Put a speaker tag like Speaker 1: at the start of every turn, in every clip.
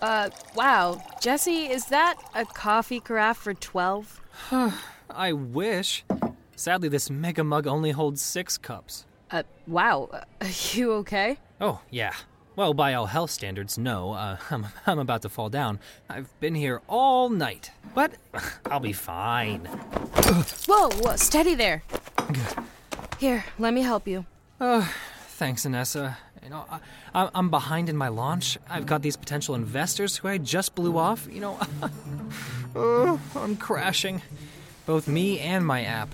Speaker 1: Uh, wow. Jesse, is that a coffee carafe for 12?
Speaker 2: I wish. Sadly, this mega mug only holds six cups.
Speaker 1: Uh, wow. Uh, Are you okay?
Speaker 2: Oh, yeah. Well, by all health standards, no. Uh, I'm, I'm about to fall down. I've been here all night. But I'll be fine.
Speaker 1: Whoa, whoa, steady there. Here, let me help you.
Speaker 2: Thanks, Anessa. You know, I, I- I'm behind in my launch. I've got these potential investors who I just blew off. You know, oh, I'm crashing. Both me and my app.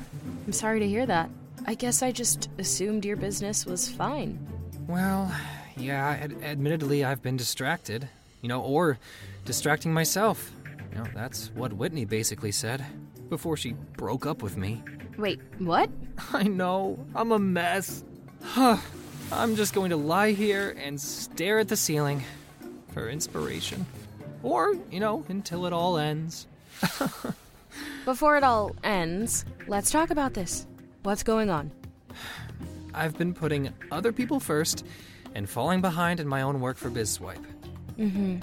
Speaker 1: I'm sorry to hear that. I guess I just assumed your business was fine.
Speaker 2: Well, yeah, ad- admittedly, I've been distracted. You know, or distracting myself. You know, that's what Whitney basically said before she broke up with me.
Speaker 1: Wait, what?
Speaker 2: I know, I'm a mess. Huh. I'm just going to lie here and stare at the ceiling for inspiration. Or, you know, until it all ends.
Speaker 1: Before it all ends, let's talk about this. What's going on?
Speaker 2: I've been putting other people first and falling behind in my own work for BizSwipe.
Speaker 1: Hmm,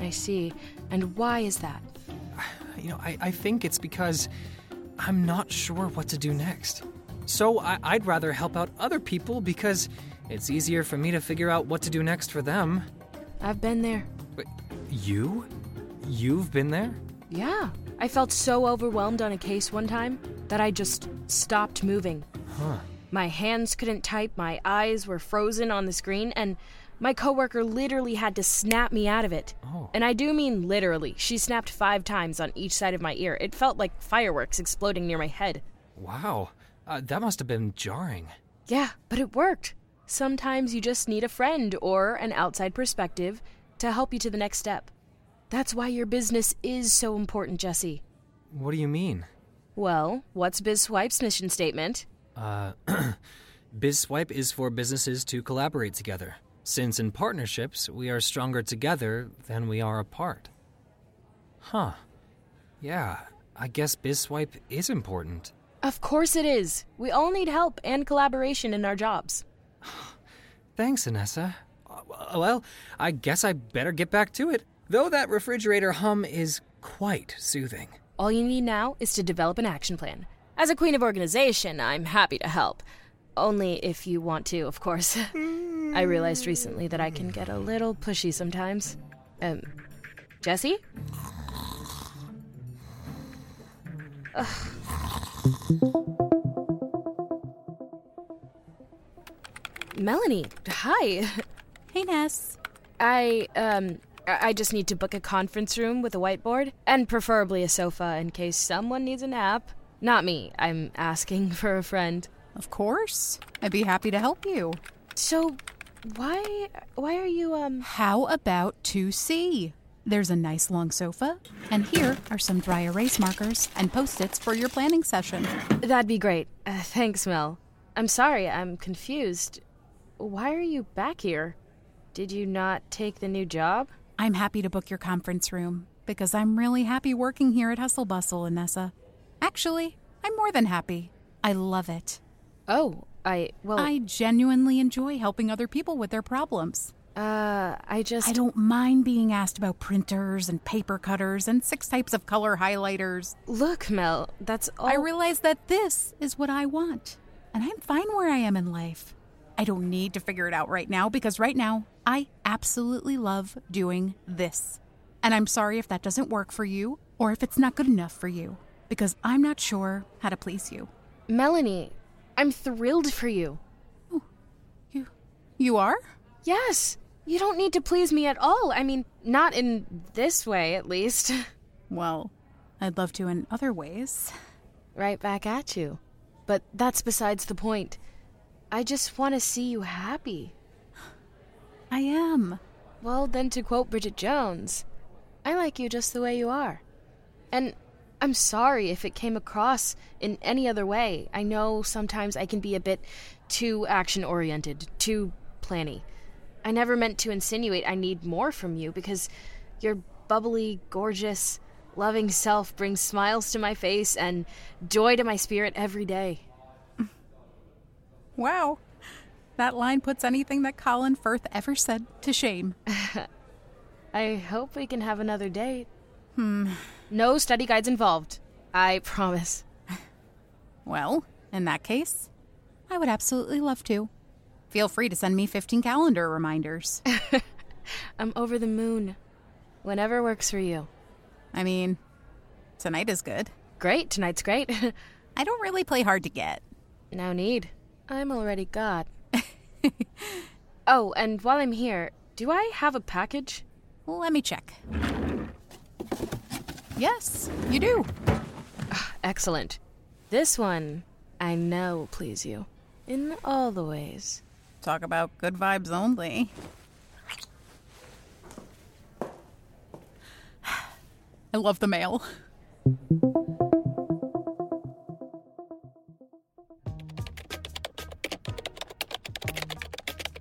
Speaker 1: I see. And why is that?
Speaker 2: You know, I, I think it's because I'm not sure what to do next. So I, I'd rather help out other people because it's easier for me to figure out what to do next for them.
Speaker 1: I've been there.
Speaker 2: But you? You've been there?
Speaker 1: Yeah. I felt so overwhelmed on a case one time that I just stopped moving.
Speaker 2: Huh.
Speaker 1: My hands couldn't type, my eyes were frozen on the screen, and my coworker literally had to snap me out of it.
Speaker 2: Oh.
Speaker 1: And I do mean literally. She snapped five times on each side of my ear. It felt like fireworks exploding near my head.
Speaker 2: Wow. Uh, that must have been jarring.
Speaker 1: Yeah, but it worked. Sometimes you just need a friend or an outside perspective to help you to the next step. That's why your business is so important, Jesse.
Speaker 2: What do you mean?
Speaker 1: Well, what's BizSwipe's mission statement?
Speaker 2: Uh, BizSwipe is for businesses to collaborate together, since in partnerships, we are stronger together than we are apart. Huh. Yeah, I guess BizSwipe is important.
Speaker 1: Of course it is. We all need help and collaboration in our jobs.
Speaker 2: Thanks, Anessa. Uh, Well, I guess I better get back to it, though that refrigerator hum is quite soothing.
Speaker 1: All you need now is to develop an action plan. As a queen of organization, I'm happy to help. Only if you want to, of course. I realized recently that I can get a little pushy sometimes. Um, Jesse? Ugh. Melanie, hi.
Speaker 3: Hey, Ness.
Speaker 1: I um I I just need to book a conference room with a whiteboard and preferably a sofa in case someone needs a nap. Not me. I'm asking for a friend.
Speaker 3: Of course. I'd be happy to help you.
Speaker 1: So why why are you um
Speaker 3: How about 2C? There's a nice long sofa, and here are some dry erase markers and post its for your planning session.
Speaker 1: that'd be great. Uh, thanks, Mel. I'm sorry. I'm confused. Why are you back here? Did you not take the new job?
Speaker 3: I'm happy to book your conference room because I'm really happy working here at Hustle Bustle, Inessa. Actually, I'm more than happy. I love it.
Speaker 1: Oh, I well
Speaker 3: I genuinely enjoy helping other people with their problems.
Speaker 1: uh I just
Speaker 3: I don't mind being asked about printers and paper cutters and six types of color highlighters.
Speaker 1: Look, Mel. That's all
Speaker 3: I realize that this is what I want, and I'm fine where I am in life. I don't need to figure it out right now because right now I absolutely love doing this. And I'm sorry if that doesn't work for you or if it's not good enough for you because I'm not sure how to please you.
Speaker 1: Melanie. I'm thrilled for you.
Speaker 3: You you are?
Speaker 1: Yes. You don't need to please me at all. I mean, not in this way, at least.
Speaker 3: Well, I'd love to in other ways.
Speaker 1: right back at you. but that's besides the point. I just want to see you happy.
Speaker 3: I am.
Speaker 1: Well, then, to quote Bridget Jones, I like you just the way you are. And I'm sorry if it came across in any other way. I know sometimes I can be a bit too action oriented, too planny. I never meant to insinuate I need more from you because your bubbly, gorgeous, loving self brings smiles to my face and joy to my spirit every day.
Speaker 3: Wow. That line puts anything that Colin Firth ever said to shame.
Speaker 1: I hope we can have another date. Hmm. No study guides involved. I promise.
Speaker 3: Well, in that case, I would absolutely love to. Feel free to send me 15 calendar reminders.
Speaker 1: I'm over the moon. Whenever works for you.
Speaker 3: I mean, tonight is good.
Speaker 1: Great, tonight's great.
Speaker 3: I don't really play hard to get.
Speaker 1: no need. I'm already got. oh, and while I'm here, do I have a package?
Speaker 3: Let me check. Yes, you do.
Speaker 1: Excellent. This one I know will please you in all the ways.
Speaker 3: Talk about good vibes only. I love the mail.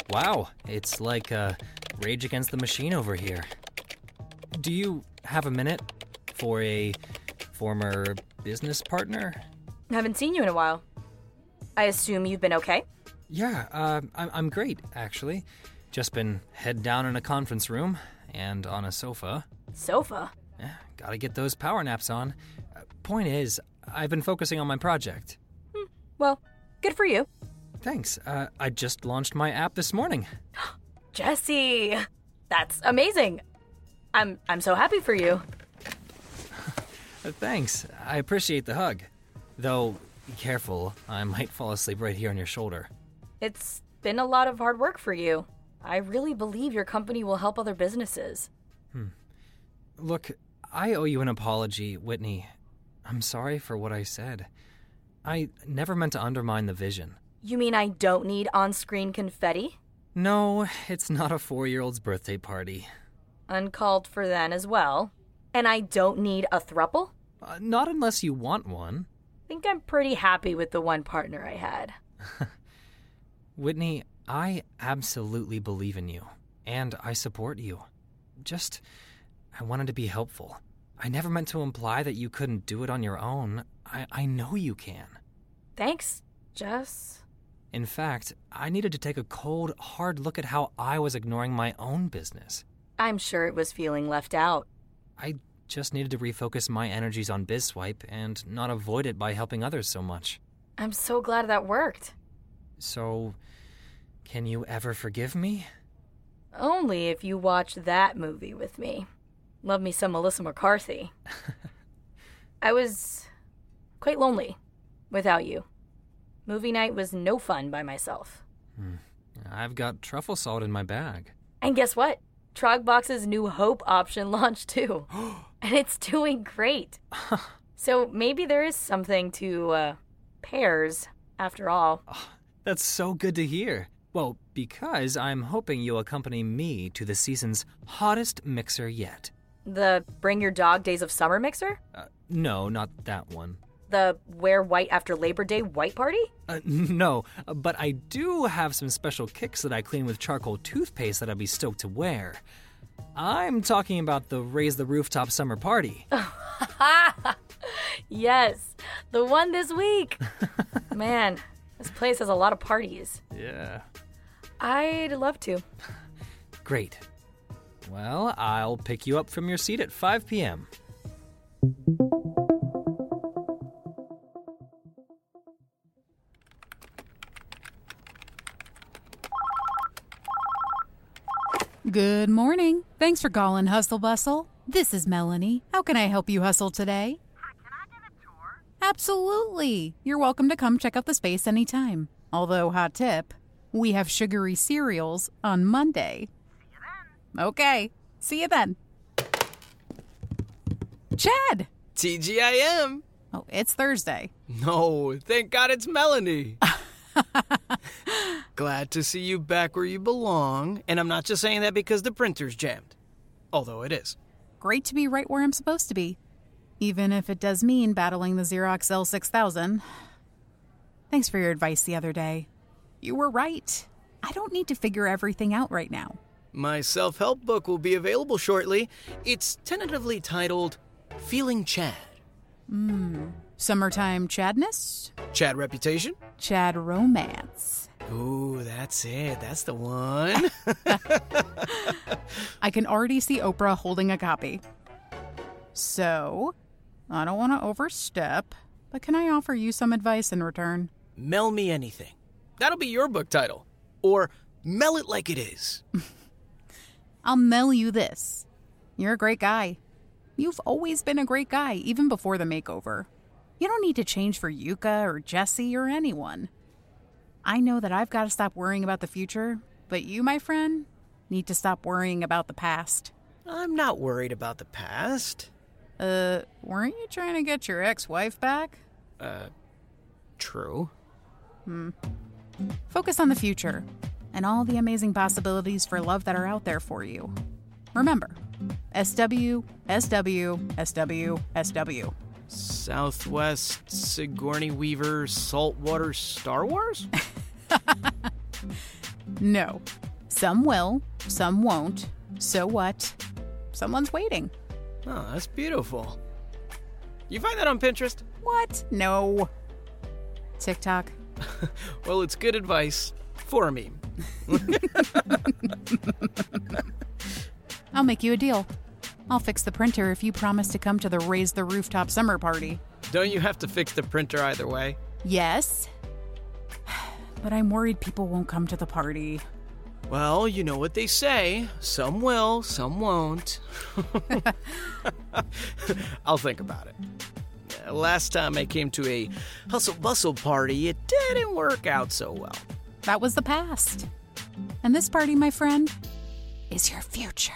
Speaker 2: Wow, it's like uh, Rage Against the Machine over here. Do you have a minute for a former business partner?
Speaker 4: Haven't seen you in a while. I assume you've been okay?
Speaker 2: Yeah, uh, I- I'm great, actually. Just been head down in a conference room and on a sofa.
Speaker 4: Sofa.
Speaker 2: Eh, gotta get those power naps on. Uh, point is, I've been focusing on my project.
Speaker 4: Well, good for you.
Speaker 2: Thanks. Uh, I just launched my app this morning.
Speaker 4: Jesse, that's amazing. I'm I'm so happy for you.
Speaker 2: Uh, Thanks. I appreciate the hug. Though, be careful. I might fall asleep right here on your shoulder.
Speaker 4: It's been a lot of hard work for you. I really believe your company will help other businesses.
Speaker 2: Look, I owe you an apology, Whitney. I'm sorry for what I said. I never meant to undermine the vision.
Speaker 4: You mean I don't need on-screen confetti?
Speaker 2: No, it's not a four year old's birthday party.
Speaker 4: Uncalled for then as well. And I don't need a thruple?
Speaker 2: Uh, not unless you want one.
Speaker 4: think I'm pretty happy with the one partner I had.
Speaker 2: Whitney, I absolutely believe in you, and I support you. Just, I wanted to be helpful. I never meant to imply that you couldn't do it on your own. I, I know you can.
Speaker 4: Thanks, Jess.
Speaker 2: In fact, I needed to take a cold, hard look at how I was ignoring my own business.
Speaker 4: I'm sure it was feeling left out.
Speaker 2: I just needed to refocus my energies on BizSwipe and not avoid it by helping others so much.
Speaker 4: I'm so glad that worked.
Speaker 2: So, can you ever forgive me?
Speaker 4: Only if you watch that movie with me. Love me some Melissa McCarthy. I was quite lonely without you. Movie night was no fun by myself.
Speaker 2: I've got truffle salt in my bag.
Speaker 4: And guess what? Trogbox's new Hope option launched too. and it's doing great. so maybe there is something to uh, pairs after all.
Speaker 2: That's so good to hear. Well, because I'm hoping you accompany me to the season's hottest mixer yet.
Speaker 4: The Bring Your Dog Days of Summer mixer?
Speaker 2: Uh, no, not that one.
Speaker 4: The Wear White After Labor Day White Party?
Speaker 2: Uh, no, but I do have some special kicks that I clean with charcoal toothpaste that I'd be stoked to wear. I'm talking about the Raise the Rooftop Summer Party.
Speaker 4: Yes, the one this week. Man, this place has a lot of parties.
Speaker 2: yeah.
Speaker 4: I'd love to.
Speaker 2: Great. Well, I'll pick you up from your seat at 5 p.m.
Speaker 3: Good morning. Thanks for calling Hustle Bustle. This is Melanie. How can I help you hustle today? Absolutely. You're welcome to come check out the space anytime. Although, hot tip, we have sugary cereals on Monday. Okay. See you then. Chad!
Speaker 5: TGIM!
Speaker 3: Oh, it's Thursday.
Speaker 5: No, thank God it's Melanie. Glad to see you back where you belong. And I'm not just saying that because the printer's jammed, although it is.
Speaker 3: Great to be right where I'm supposed to be, even if it does mean battling the Xerox L6000. Thanks for your advice the other day. You were right. I don't need to figure everything out right now.
Speaker 5: My self help book will be available shortly. It's tentatively titled Feeling Chad.
Speaker 3: Summertime Chadness,
Speaker 5: Chad reputation?
Speaker 3: Chad romance.
Speaker 5: Ooh, that's it. That's the one.
Speaker 3: I can already see Oprah holding a copy. So, I don't want to overstep, but can I offer you some advice in return?
Speaker 5: Mel me anything. That'll be your book title. Or Mel it like it is.
Speaker 3: I'll mail you this. You're a great guy. You've always been a great guy, even before the makeover. You don't need to change for Yuka or Jesse or anyone. I know that I've got to stop worrying about the future, but you, my friend, need to stop worrying about the past.
Speaker 5: I'm not worried about the past.
Speaker 3: Uh, weren't you trying to get your ex wife back?
Speaker 5: True.
Speaker 3: Focus on the future and all the amazing possibilities for love that are out there for you. Remember, SW, SW, SW, SW.
Speaker 5: Southwest Sigourney Weaver Saltwater Star Wars?
Speaker 3: No. Some will, some won't. So what? Someone's waiting.
Speaker 5: Oh, that's beautiful. You find that on Pinterest?
Speaker 3: What? No. TikTok.
Speaker 5: Well, it's good advice for a meme.
Speaker 3: I'll make you a deal. I'll fix the printer if you promise to come to the Raise the Rooftop summer party.
Speaker 5: Don't you have to fix the printer either way?
Speaker 3: Yes. But I'm worried people won't come to the party.
Speaker 5: Well, you know what they say. Some will, some won't. I'll think about it. Uh, Last time I came to a hustle bustle party, it didn't work out so well.
Speaker 3: That was the past. And this party, my friend, is your future.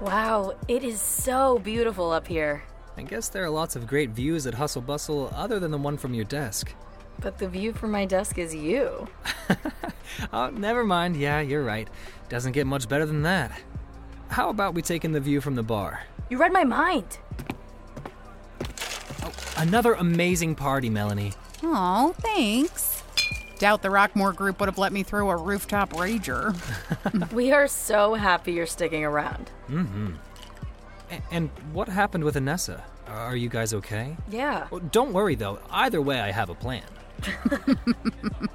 Speaker 4: Wow, it is so beautiful up here.
Speaker 2: I guess there are lots of great views at Hustle Bustle other than the one from your desk.
Speaker 4: But the view from my desk is you.
Speaker 2: Oh, never mind. Yeah, you're right. Doesn't get much better than that. How about we take in the view from the bar?
Speaker 4: You read my mind.
Speaker 2: Another amazing party, Melanie.
Speaker 3: Oh, thanks. Doubt the Rockmore group would have let me throw a rooftop rager.
Speaker 4: We are so happy you're sticking around.
Speaker 2: A- and what happened with Anessa? Are you guys okay?
Speaker 4: Yeah.
Speaker 2: Well, don't worry though. Either way, I have a plan.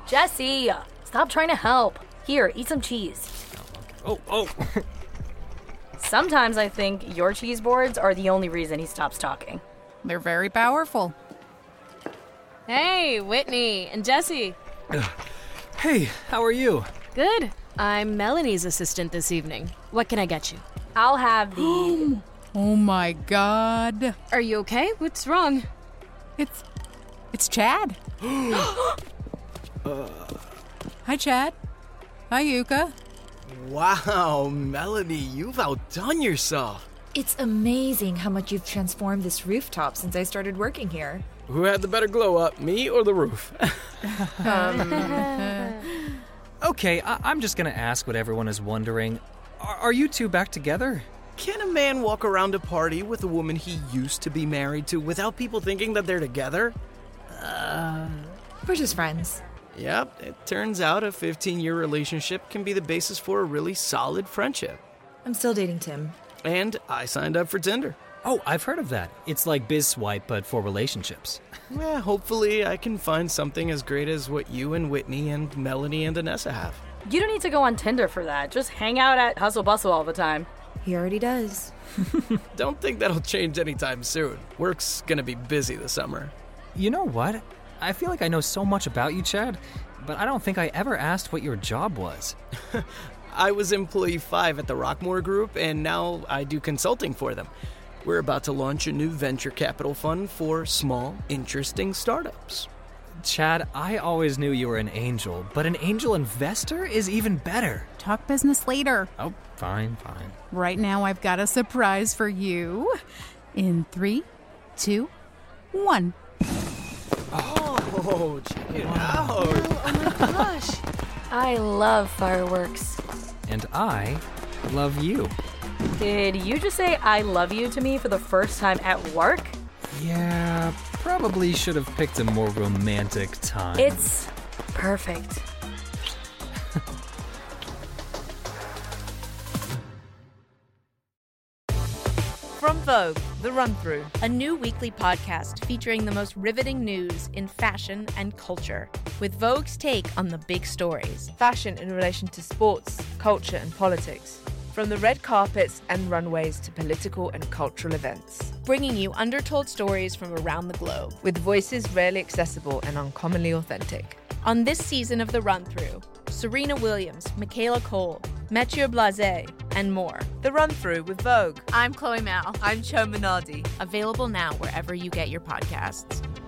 Speaker 4: Jesse, stop trying to help. Here, eat some cheese.
Speaker 2: Oh, oh.
Speaker 4: Sometimes I think your cheese boards are the only reason he stops talking.
Speaker 3: They're very powerful.
Speaker 6: Hey, Whitney and Jesse.
Speaker 2: hey, how are you?
Speaker 6: Good.
Speaker 1: I'm Melanie's assistant this evening. What can I get you?
Speaker 4: I'll have the.
Speaker 3: Oh my god.
Speaker 6: Are you okay? What's wrong?
Speaker 3: It's it's Chad. Hi Chad. Hi Yuka.
Speaker 5: Wow, Melanie, you've outdone yourself.
Speaker 7: It's amazing how much you've transformed this rooftop since I started working here.
Speaker 5: Who had the better glow up, me or the roof?
Speaker 2: Okay, I- I'm just gonna ask what everyone is wondering. Are-, are you two back together?
Speaker 5: Can a man walk around a party with a woman he used to be married to without people thinking that they're together?
Speaker 7: We're just friends.
Speaker 5: Yep, it turns out a 15 year relationship can be the basis for a really solid friendship.
Speaker 7: I'm still dating Tim.
Speaker 5: And I signed up for Tinder.
Speaker 2: Oh, I've heard of that. It's like BizSwipe, but for relationships.
Speaker 5: Yeah, hopefully I can find something as great as what you and Whitney and Melanie and Anessa have.
Speaker 4: You don't need to go on Tinder for that. Just hang out at Hustle Bustle all the time.
Speaker 7: He already does.
Speaker 5: Don't think that'll change anytime soon. Work's gonna be busy this summer.
Speaker 2: You know what? I feel like I know so much about you, Chad, but I don't think I ever asked what your job was.
Speaker 5: I was employee five at the Rockmore Group, and now I do consulting for them. We're about to launch a new venture capital fund for small, interesting startups.
Speaker 2: Chad, I always knew you were an angel, but an angel investor is even better.
Speaker 3: Talk business later.
Speaker 2: Oh, fine, fine.
Speaker 3: Right now, I've got a surprise for you. In three, two, one.
Speaker 8: Oh, check it out.
Speaker 4: I love fireworks.
Speaker 2: And I love you.
Speaker 4: Did you just say I love you to me for the first time at work?
Speaker 2: Yeah, probably should have picked a more romantic time.
Speaker 4: It's perfect.
Speaker 1: From Vogue, The Run Through, a new weekly podcast featuring the most riveting news in fashion and culture, with Vogue's take on the big stories.
Speaker 9: fashion in relation to sports, culture, and politics, from the red carpets and runways to political and cultural events,
Speaker 1: bringing you undertold stories from around the globe.
Speaker 9: with voices rarely accessible and uncommonly authentic.
Speaker 1: On this season of The Run Through, Serena Williams, Michaela Cole, Mathieu Blase, and more.
Speaker 9: The run through with Vogue.
Speaker 1: I'm Chloe Mao.
Speaker 9: I'm Cho Minardi.
Speaker 1: Available now wherever you get your podcasts.